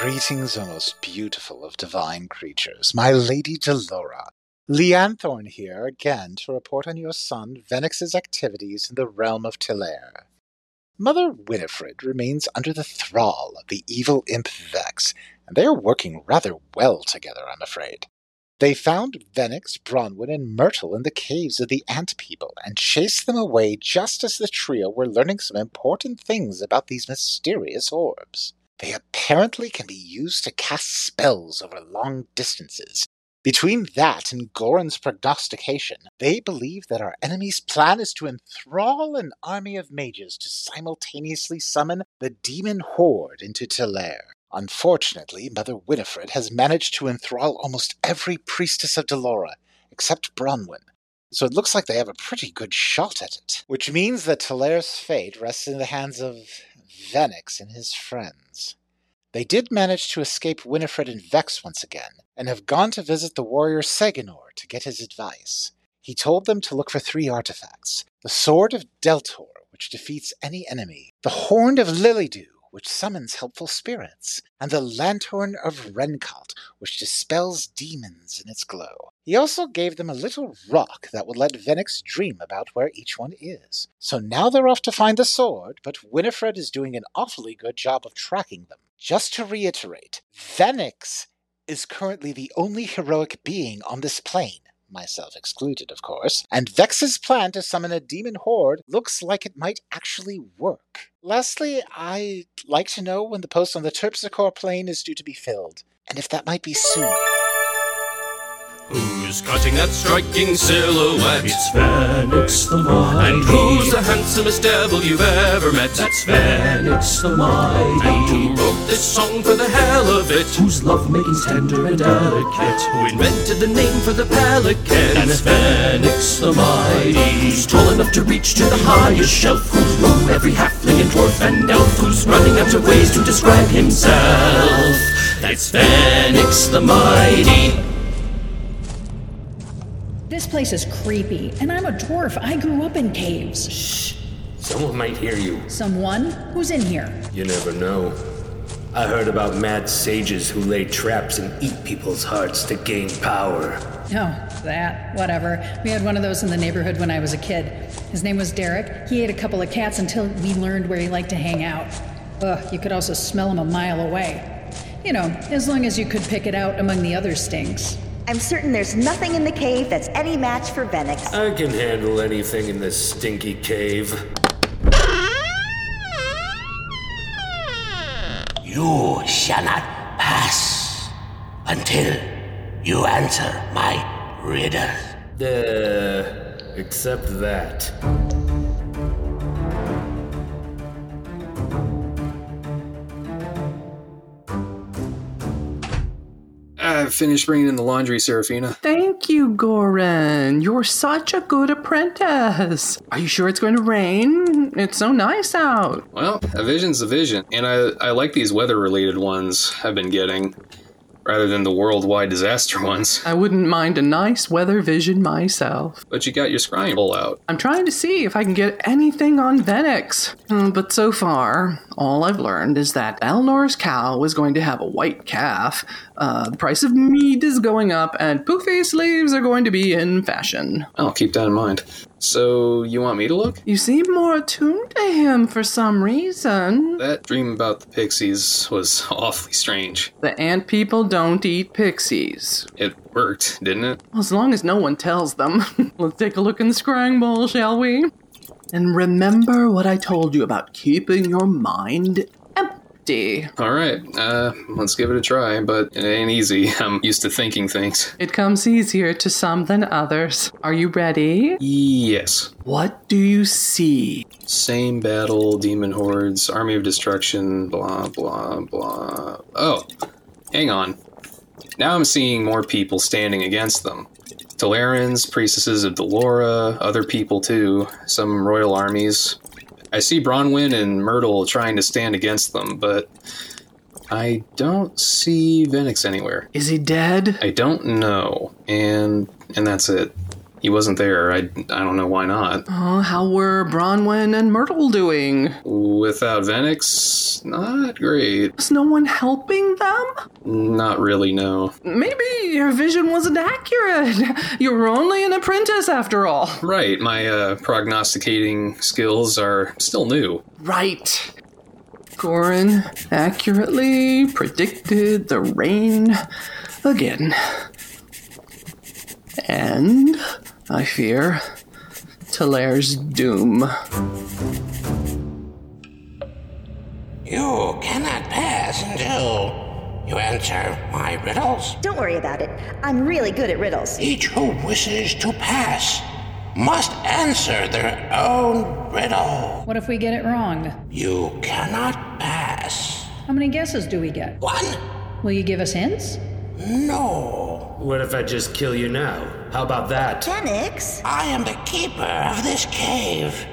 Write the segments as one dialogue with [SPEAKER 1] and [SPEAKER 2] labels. [SPEAKER 1] Greetings, O most beautiful of divine creatures, my Lady Delora. Leanthorn here again to report on your son Venix's activities in the realm of Tilaire. Mother Winifred remains under the thrall of the evil imp Vex, and they are working rather well together, I'm afraid. They found Venix, Bronwyn, and Myrtle in the caves of the Ant People and chased them away just as the trio were learning some important things about these mysterious orbs. They apparently can be used to cast spells over long distances. Between that and Goran's prognostication, they believe that our enemy's plan is to enthrall an army of mages to simultaneously summon the demon horde into Talaire. Unfortunately, Mother Winifred has managed to enthrall almost every priestess of Delora, except Bronwyn, so it looks like they have a pretty good shot at it. Which means that Talaire's fate rests in the hands of Venix and his friends. They did manage to escape Winifred and Vex once again, and have gone to visit the warrior Seganor to get his advice. He told them to look for three artifacts the Sword of Deltor, which defeats any enemy, the Horn of Lilydew, which summons helpful spirits, and the Lantern of Rencot, which dispels demons in its glow. He also gave them a little rock that would let Venix dream about where each one is. So now they're off to find the sword, but Winifred is doing an awfully good job of tracking them. Just to reiterate, Venix is currently the only heroic being on this plane, myself excluded, of course, and Vex's plan to summon a demon horde looks like it might actually work. Lastly, I'd like to know when the post on the Terpsichore plane is due to be filled, and if that might be soon.
[SPEAKER 2] Who's cutting that striking silhouette?
[SPEAKER 3] It's Phoenix the Mighty.
[SPEAKER 2] And who's the handsomest devil you've ever met?
[SPEAKER 3] That's Phoenix the
[SPEAKER 2] And who
[SPEAKER 3] Mighty.
[SPEAKER 2] wrote this song for the hell of it?
[SPEAKER 3] Whose lovemaking's tender and delicate.
[SPEAKER 2] Who invented the name for the
[SPEAKER 3] That's
[SPEAKER 2] pelicans?
[SPEAKER 3] Phoenix the Mighty. Who's tall enough to reach to the highest shelf. Who's wrong every halfling and dwarf and elf. Who's running out of ways to describe himself. That's Phoenix the Mighty.
[SPEAKER 4] This place is creepy, and I'm a dwarf. I grew up in caves.
[SPEAKER 5] Shh. Someone might hear you.
[SPEAKER 4] Someone who's in here.
[SPEAKER 5] You never know. I heard about mad sages who lay traps and eat people's hearts to gain power.
[SPEAKER 4] Oh, that, whatever. We had one of those in the neighborhood when I was a kid. His name was Derek. He ate a couple of cats until we learned where he liked to hang out. Ugh, you could also smell him a mile away. You know, as long as you could pick it out among the other stinks.
[SPEAKER 6] I'm certain there's nothing in the cave that's any match for Venix.
[SPEAKER 5] I can handle anything in this stinky cave.
[SPEAKER 7] You shall not pass until you answer my riddle.
[SPEAKER 5] Uh, except that.
[SPEAKER 8] I've finished bringing in the laundry, Serafina.
[SPEAKER 9] Thank you, Goran. You're such a good apprentice. Are you sure it's going to rain? It's so nice out.
[SPEAKER 8] Well, a vision's a vision, and I, I like these weather related ones I've been getting rather than the worldwide disaster ones.
[SPEAKER 9] I wouldn't mind a nice weather vision myself.
[SPEAKER 8] But you got your scrying bowl out.
[SPEAKER 9] I'm trying to see if I can get anything on Venix. Mm, But so far, all I've learned is that Elnor's cow is going to have a white calf, uh, the price of meat is going up, and poofy sleeves are going to be in fashion.
[SPEAKER 8] I'll keep that in mind. So, you want me to look?
[SPEAKER 9] You seem more attuned to him for some reason.
[SPEAKER 8] That dream about the pixies was awfully strange.
[SPEAKER 9] The ant people don't eat pixies.
[SPEAKER 8] It worked, didn't it?
[SPEAKER 9] Well, as long as no one tells them. Let's take a look in the scrying bowl, shall we? And remember what I told you about keeping your mind empty.
[SPEAKER 8] Alright, uh, let's give it a try, but it ain't easy. I'm used to thinking things.
[SPEAKER 9] It comes easier to some than others. Are you ready?
[SPEAKER 8] Yes.
[SPEAKER 9] What do you see?
[SPEAKER 8] Same battle, demon hordes, army of destruction, blah, blah, blah. Oh, hang on. Now I'm seeing more people standing against them. Talarans, priestesses of Delora, other people too, some royal armies. I see Bronwyn and Myrtle trying to stand against them, but I don't see Venix anywhere.
[SPEAKER 9] Is he dead?
[SPEAKER 8] I don't know, and and that's it. He wasn't there. I, I don't know why not.
[SPEAKER 9] Oh, how were Bronwyn and Myrtle doing?
[SPEAKER 8] Without Venix, not great.
[SPEAKER 9] Was no one helping them?
[SPEAKER 8] Not really, no.
[SPEAKER 9] Maybe your vision wasn't accurate. You were only an apprentice after all.
[SPEAKER 8] Right, my uh, prognosticating skills are still new.
[SPEAKER 9] Right. Gorin accurately predicted the rain again. And I fear Talaire's doom.
[SPEAKER 7] You cannot pass until you answer my riddles. E-
[SPEAKER 6] Don't worry about it. I'm really good at riddles.
[SPEAKER 7] Each who wishes to pass must answer their own riddle.
[SPEAKER 4] What if we get it wrong?
[SPEAKER 7] You cannot pass.
[SPEAKER 4] How many guesses do we get?
[SPEAKER 7] One?
[SPEAKER 4] Will you give us hints?
[SPEAKER 7] No.
[SPEAKER 5] What if I just kill you now? How about that?
[SPEAKER 6] Genix?
[SPEAKER 7] I am the keeper of this cave.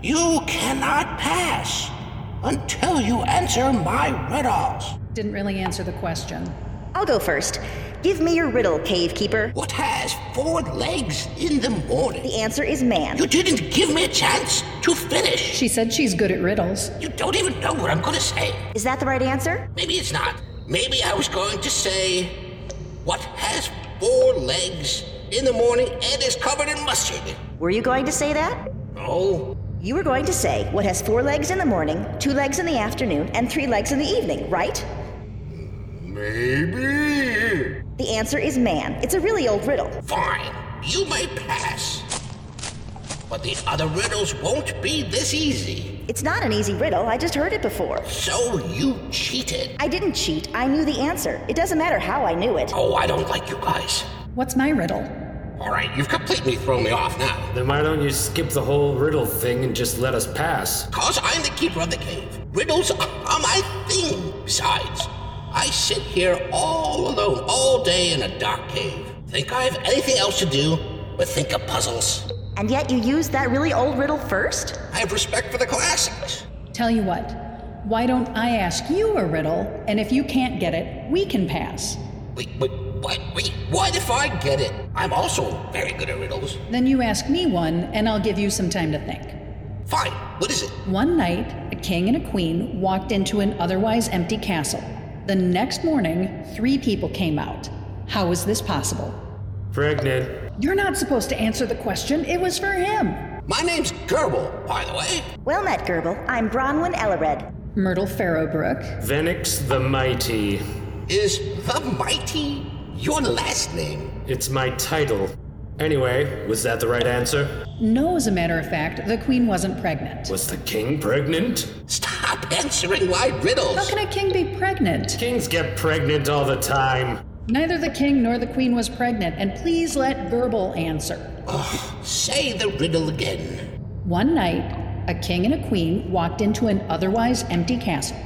[SPEAKER 7] You cannot pass until you answer my riddles.
[SPEAKER 4] Didn't really answer the question.
[SPEAKER 6] I'll go first. Give me your riddle, Cave Keeper.
[SPEAKER 7] What has four legs in the morning?
[SPEAKER 6] The answer is man.
[SPEAKER 7] You didn't give me a chance to finish.
[SPEAKER 4] She said she's good at riddles.
[SPEAKER 7] You don't even know what I'm going to say.
[SPEAKER 6] Is that the right answer?
[SPEAKER 7] Maybe it's not. Maybe I was going to say, what has four legs in the morning and is covered in mustard?
[SPEAKER 6] Were you going to say that?
[SPEAKER 7] No.
[SPEAKER 6] You were going to say what has four legs in the morning, two legs in the afternoon, and three legs in the evening, right?
[SPEAKER 7] Maybe.
[SPEAKER 6] The answer is man. It's a really old riddle.
[SPEAKER 7] Fine. You may pass. But the other riddles won't be this easy.
[SPEAKER 6] It's not an easy riddle. I just heard it before.
[SPEAKER 7] So you cheated.
[SPEAKER 6] I didn't cheat. I knew the answer. It doesn't matter how I knew it.
[SPEAKER 7] Oh, I don't like you guys.
[SPEAKER 4] What's my riddle?
[SPEAKER 7] All right, you've completely thrown me off now.
[SPEAKER 5] Then why don't you skip the whole riddle thing and just let us pass?
[SPEAKER 7] Because I'm the keeper of the cave. Riddles are my thing. Besides, I sit here all alone, all day in a dark cave. Think I have anything else to do but think of puzzles?
[SPEAKER 6] And yet you used that really old riddle first?
[SPEAKER 7] I have respect for the classics.
[SPEAKER 4] Tell you what, why don't I ask you a riddle, and if you can't get it, we can pass.
[SPEAKER 7] Wait, wait, wait, wait. What if I get it? I'm also very good at riddles.
[SPEAKER 4] Then you ask me one, and I'll give you some time to think.
[SPEAKER 7] Fine, what is it?
[SPEAKER 4] One night, a king and a queen walked into an otherwise empty castle. The next morning, three people came out. How is this possible?
[SPEAKER 5] Pregnant.
[SPEAKER 4] You're not supposed to answer the question, it was for him.
[SPEAKER 7] My name's Gerbil, by the way.
[SPEAKER 6] Well met, Gerbil. I'm Bronwyn Ellered.
[SPEAKER 4] Myrtle Farrowbrook.
[SPEAKER 5] Venix the Mighty.
[SPEAKER 7] Is the Mighty your last name?
[SPEAKER 5] It's my title. Anyway, was that the right answer?
[SPEAKER 4] No, as a matter of fact, the queen wasn't pregnant.
[SPEAKER 5] Was the king pregnant?
[SPEAKER 7] Stop answering my
[SPEAKER 4] How
[SPEAKER 7] riddles.
[SPEAKER 4] can a king be pregnant?
[SPEAKER 5] Kings get pregnant all the time.
[SPEAKER 4] Neither the king nor the queen was pregnant, and please let Gerbil answer.
[SPEAKER 7] Say the riddle again.
[SPEAKER 4] One night, a king and a queen walked into an otherwise empty castle.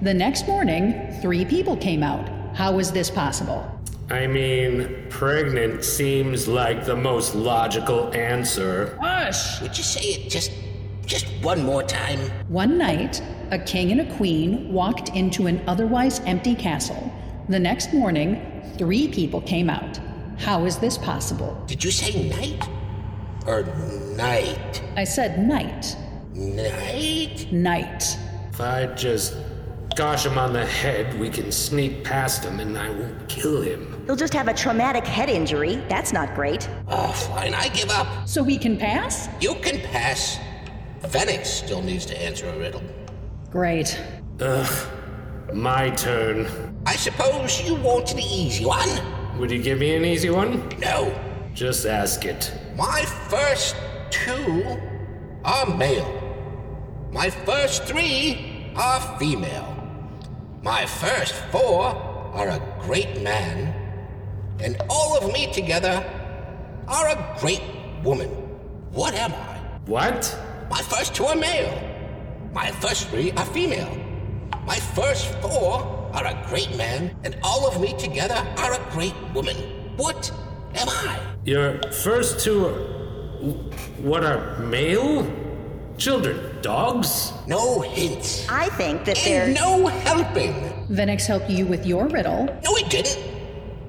[SPEAKER 4] The next morning, three people came out. How is this possible?
[SPEAKER 5] I mean, pregnant seems like the most logical answer.
[SPEAKER 4] Hush!
[SPEAKER 7] Would you say it just just one more time?
[SPEAKER 4] One night, a king and a queen walked into an otherwise empty castle. The next morning, three people came out. How is this possible?
[SPEAKER 7] Did you say night? Or night?
[SPEAKER 4] I said night,
[SPEAKER 7] Night?
[SPEAKER 4] night.
[SPEAKER 5] If I just gosh him on the head, we can sneak past him and I won't kill him.
[SPEAKER 6] He'll just have a traumatic head injury. That's not great.
[SPEAKER 7] Oh, fine, I give up.
[SPEAKER 4] So we can pass?
[SPEAKER 7] You can pass. Fenix still needs to answer a riddle.
[SPEAKER 4] Great.
[SPEAKER 5] Ugh. My turn.
[SPEAKER 7] I suppose you want an easy one?
[SPEAKER 5] Would you give me an easy one?
[SPEAKER 7] No.
[SPEAKER 5] Just ask it.
[SPEAKER 7] My first two are male. My first three are female. My first four are a great man. And all of me together are a great woman. What am I?
[SPEAKER 5] What?
[SPEAKER 7] My first two are male. My first three are female. My first four are a great man. And all of me together are a great woman. What am I?
[SPEAKER 5] Your first two are. What are male? Children, dogs?
[SPEAKER 7] No hints.
[SPEAKER 6] I think that
[SPEAKER 7] And
[SPEAKER 6] they're.
[SPEAKER 7] no helping.
[SPEAKER 4] Venix helped you with your riddle.
[SPEAKER 7] No, he didn't.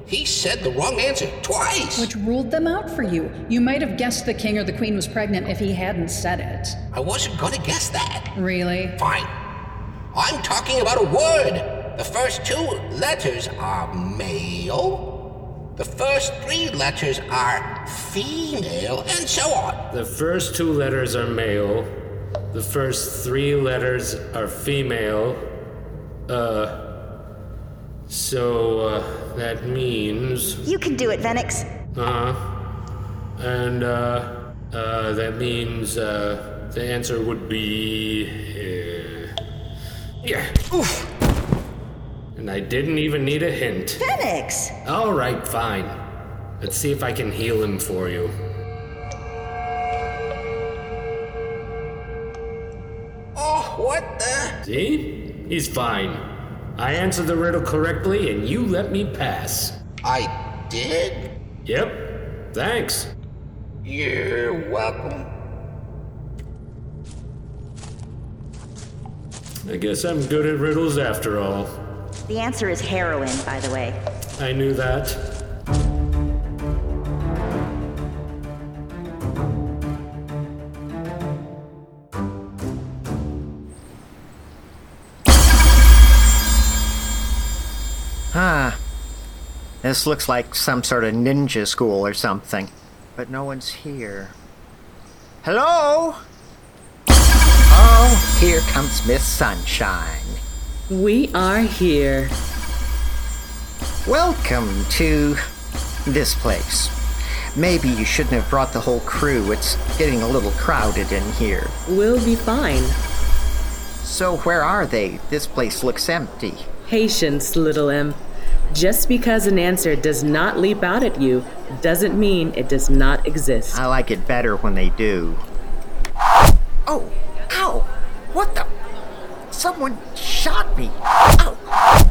[SPEAKER 7] He said the wrong answer twice.
[SPEAKER 4] Which ruled them out for you. You might have guessed the king or the queen was pregnant if he hadn't said it.
[SPEAKER 7] I wasn't gonna guess that.
[SPEAKER 4] Really?
[SPEAKER 7] Fine. I'm talking about a word. The first two letters are male. The first three letters are female, and so on.
[SPEAKER 5] The first two letters are male. The first three letters are female. Uh. So, uh, that means.
[SPEAKER 6] You can do it, Venix.
[SPEAKER 5] Uh huh. And, uh. Uh, that means, uh. The answer would be. Uh, yeah. Oof! And I didn't even need a hint.
[SPEAKER 6] Venix!
[SPEAKER 5] Alright, fine. Let's see if I can heal him for you.
[SPEAKER 7] Oh, what the?
[SPEAKER 5] See? He's fine. I answered the riddle correctly and you let me pass.
[SPEAKER 7] I did?
[SPEAKER 5] Yep. Thanks.
[SPEAKER 7] You're welcome.
[SPEAKER 5] I guess I'm good at riddles after all.
[SPEAKER 6] The answer is heroin, by the way.
[SPEAKER 5] I knew that.
[SPEAKER 10] Ah. This looks like some sort of ninja school or something. But no one's here. Hello? Oh, here comes Miss Sunshine.
[SPEAKER 11] We are here.
[SPEAKER 10] Welcome to this place. Maybe you shouldn't have brought the whole crew. It's getting a little crowded in here.
[SPEAKER 11] We'll be fine.
[SPEAKER 10] So, where are they? This place looks empty.
[SPEAKER 11] Patience, little M. Just because an answer does not leap out at you doesn't mean it does not exist.
[SPEAKER 10] I like it better when they do. Oh, ow! What the? Someone shot me! Ow!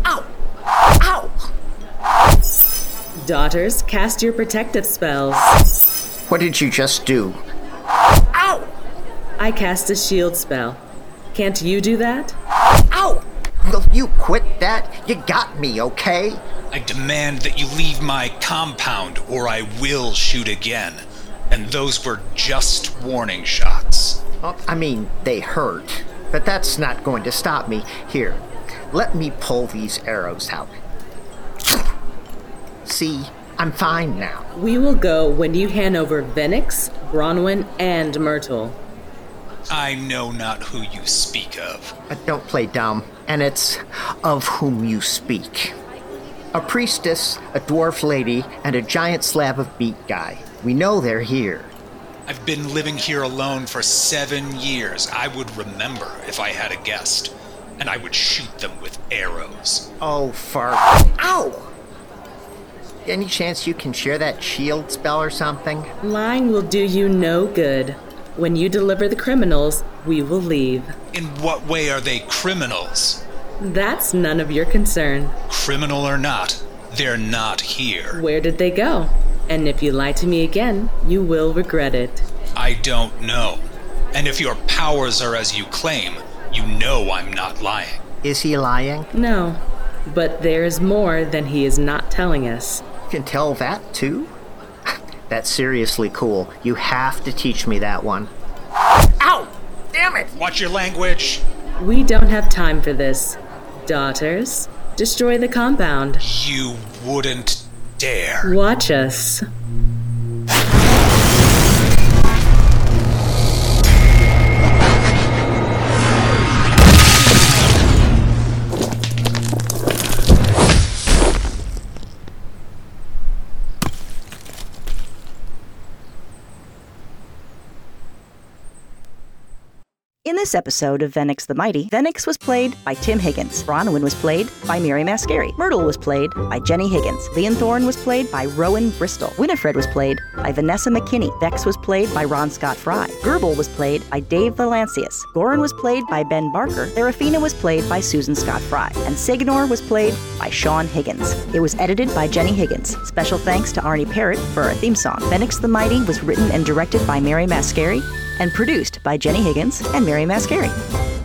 [SPEAKER 10] Ow! Ow!
[SPEAKER 11] Daughters, cast your protective spells.
[SPEAKER 10] What did you just do? Ow!
[SPEAKER 11] I cast a shield spell. Can't you do that?
[SPEAKER 10] Ow! Will you quit that? You got me, okay?
[SPEAKER 12] I demand that you leave my compound or I will shoot again. And those were just warning shots.
[SPEAKER 10] Well, I mean, they hurt, but that's not going to stop me. Here, let me pull these arrows out. See, I'm fine now.
[SPEAKER 11] We will go when you hand over Venix, Bronwyn, and Myrtle.
[SPEAKER 12] I know not who you speak of.
[SPEAKER 10] But don't play dumb, and it's of whom you speak. A priestess, a dwarf lady, and a giant slab of meat guy. We know they're here.
[SPEAKER 12] I've been living here alone for seven years. I would remember if I had a guest, and I would shoot them with arrows.
[SPEAKER 10] Oh, far. Ow! Any chance you can share that shield spell or something?
[SPEAKER 11] Lying will do you no good. When you deliver the criminals, we will leave.
[SPEAKER 12] In what way are they criminals?
[SPEAKER 11] That's none of your concern.
[SPEAKER 12] Criminal or not, they're not here.
[SPEAKER 11] Where did they go? And if you lie to me again, you will regret it.
[SPEAKER 12] I don't know. And if your powers are as you claim, you know I'm not lying.
[SPEAKER 10] Is he lying?
[SPEAKER 11] No, but there is more than he is not telling us.
[SPEAKER 10] You can tell that too? That's seriously cool. You have to teach me that one. Ow! Damn it!
[SPEAKER 12] Watch your language.
[SPEAKER 11] We don't have time for this. Daughters, destroy the compound.
[SPEAKER 12] You wouldn't dare.
[SPEAKER 11] Watch us.
[SPEAKER 6] In this episode of Venix the Mighty, Venix was played by Tim Higgins. Bronwyn was played by Mary Mascari. Myrtle was played by Jenny Higgins. Leon Thorne was played by Rowan Bristol. Winifred was played by Vanessa McKinney. Vex was played by Ron Scott Fry. Gerbil was played by Dave Valancius. Goran was played by Ben Barker. Serafina was played by Susan Scott Fry. And Signor was played by Sean Higgins. It was edited by Jenny Higgins. Special thanks to Arnie Parrott for our theme song. Venix the Mighty was written and directed by Mary Mascari and produced by Jenny Higgins and Mary Mascari.